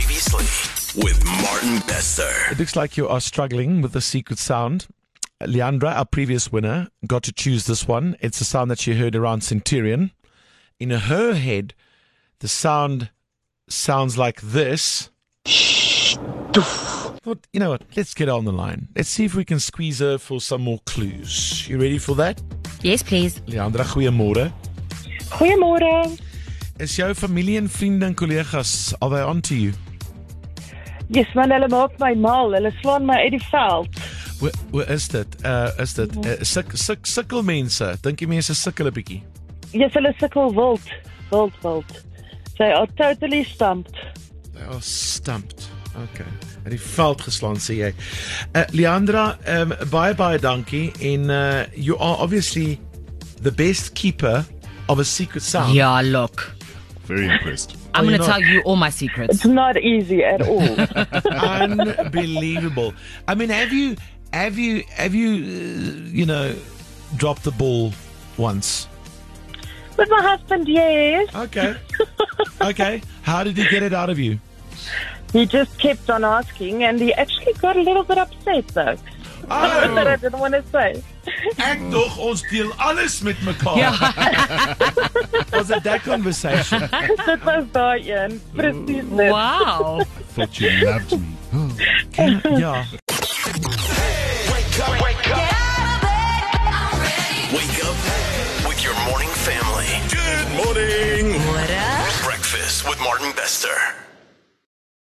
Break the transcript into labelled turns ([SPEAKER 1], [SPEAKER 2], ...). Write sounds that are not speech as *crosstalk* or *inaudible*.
[SPEAKER 1] Seriously with Martin Bester.
[SPEAKER 2] It looks like you are struggling with the secret sound. Leandra, our previous winner, got to choose this one. It's a sound that she heard around Centurion. In her head, the sound sounds like this. Thought, you know what? Let's get her on the line. Let's see if we can squeeze her for some more clues. You ready for that?
[SPEAKER 3] Yes, please.
[SPEAKER 2] Leandra, goeiemôre.
[SPEAKER 4] Goeiemôre.
[SPEAKER 2] Is jou familie en vriende en kollegas al by on to you?
[SPEAKER 4] Yes man, hulle maak my mal. Hulle slaan my uit die veld.
[SPEAKER 2] Hoe hoe is dit? Uh is dit uh, suk, suk, sukkel mense? Dink jy mense sukkel 'n bietjie?
[SPEAKER 4] Yes, hulle sukkel wild, wild, wild. They are totally stumped.
[SPEAKER 2] They are stumped. Oh, Okay. Uit die veld geslaan sê jy. Uh, Leandra, um, baie baie dankie en uh, you are obviously the best keeper of a secret sound.
[SPEAKER 3] Yeah, look.
[SPEAKER 5] Very impressed.
[SPEAKER 3] I'm
[SPEAKER 2] you're
[SPEAKER 3] going to
[SPEAKER 2] not-
[SPEAKER 3] tell you all my
[SPEAKER 4] It's
[SPEAKER 3] *laughs* secrets.
[SPEAKER 4] not easy at all.
[SPEAKER 2] Unbelievable. I mean, have you have you have you uh, you know dropped the ball once?
[SPEAKER 4] With my husband, yes,
[SPEAKER 2] Okay. okay. How did he get it out of you?
[SPEAKER 4] he just kept on asking, and he actually got a little bit upset though.
[SPEAKER 2] Oh.
[SPEAKER 4] Something that I didn't want to say.
[SPEAKER 2] Ek dog ons deel alles met mekaar.
[SPEAKER 3] Yeah.
[SPEAKER 2] *laughs* Was it that conversation?
[SPEAKER 4] Dit was daai een. Presies net.
[SPEAKER 3] wow.
[SPEAKER 5] Thought you loved me.
[SPEAKER 2] yeah.
[SPEAKER 1] Wake up, wake up. Wake up with your morning family. Good morning. Breakfast with Martin Bester.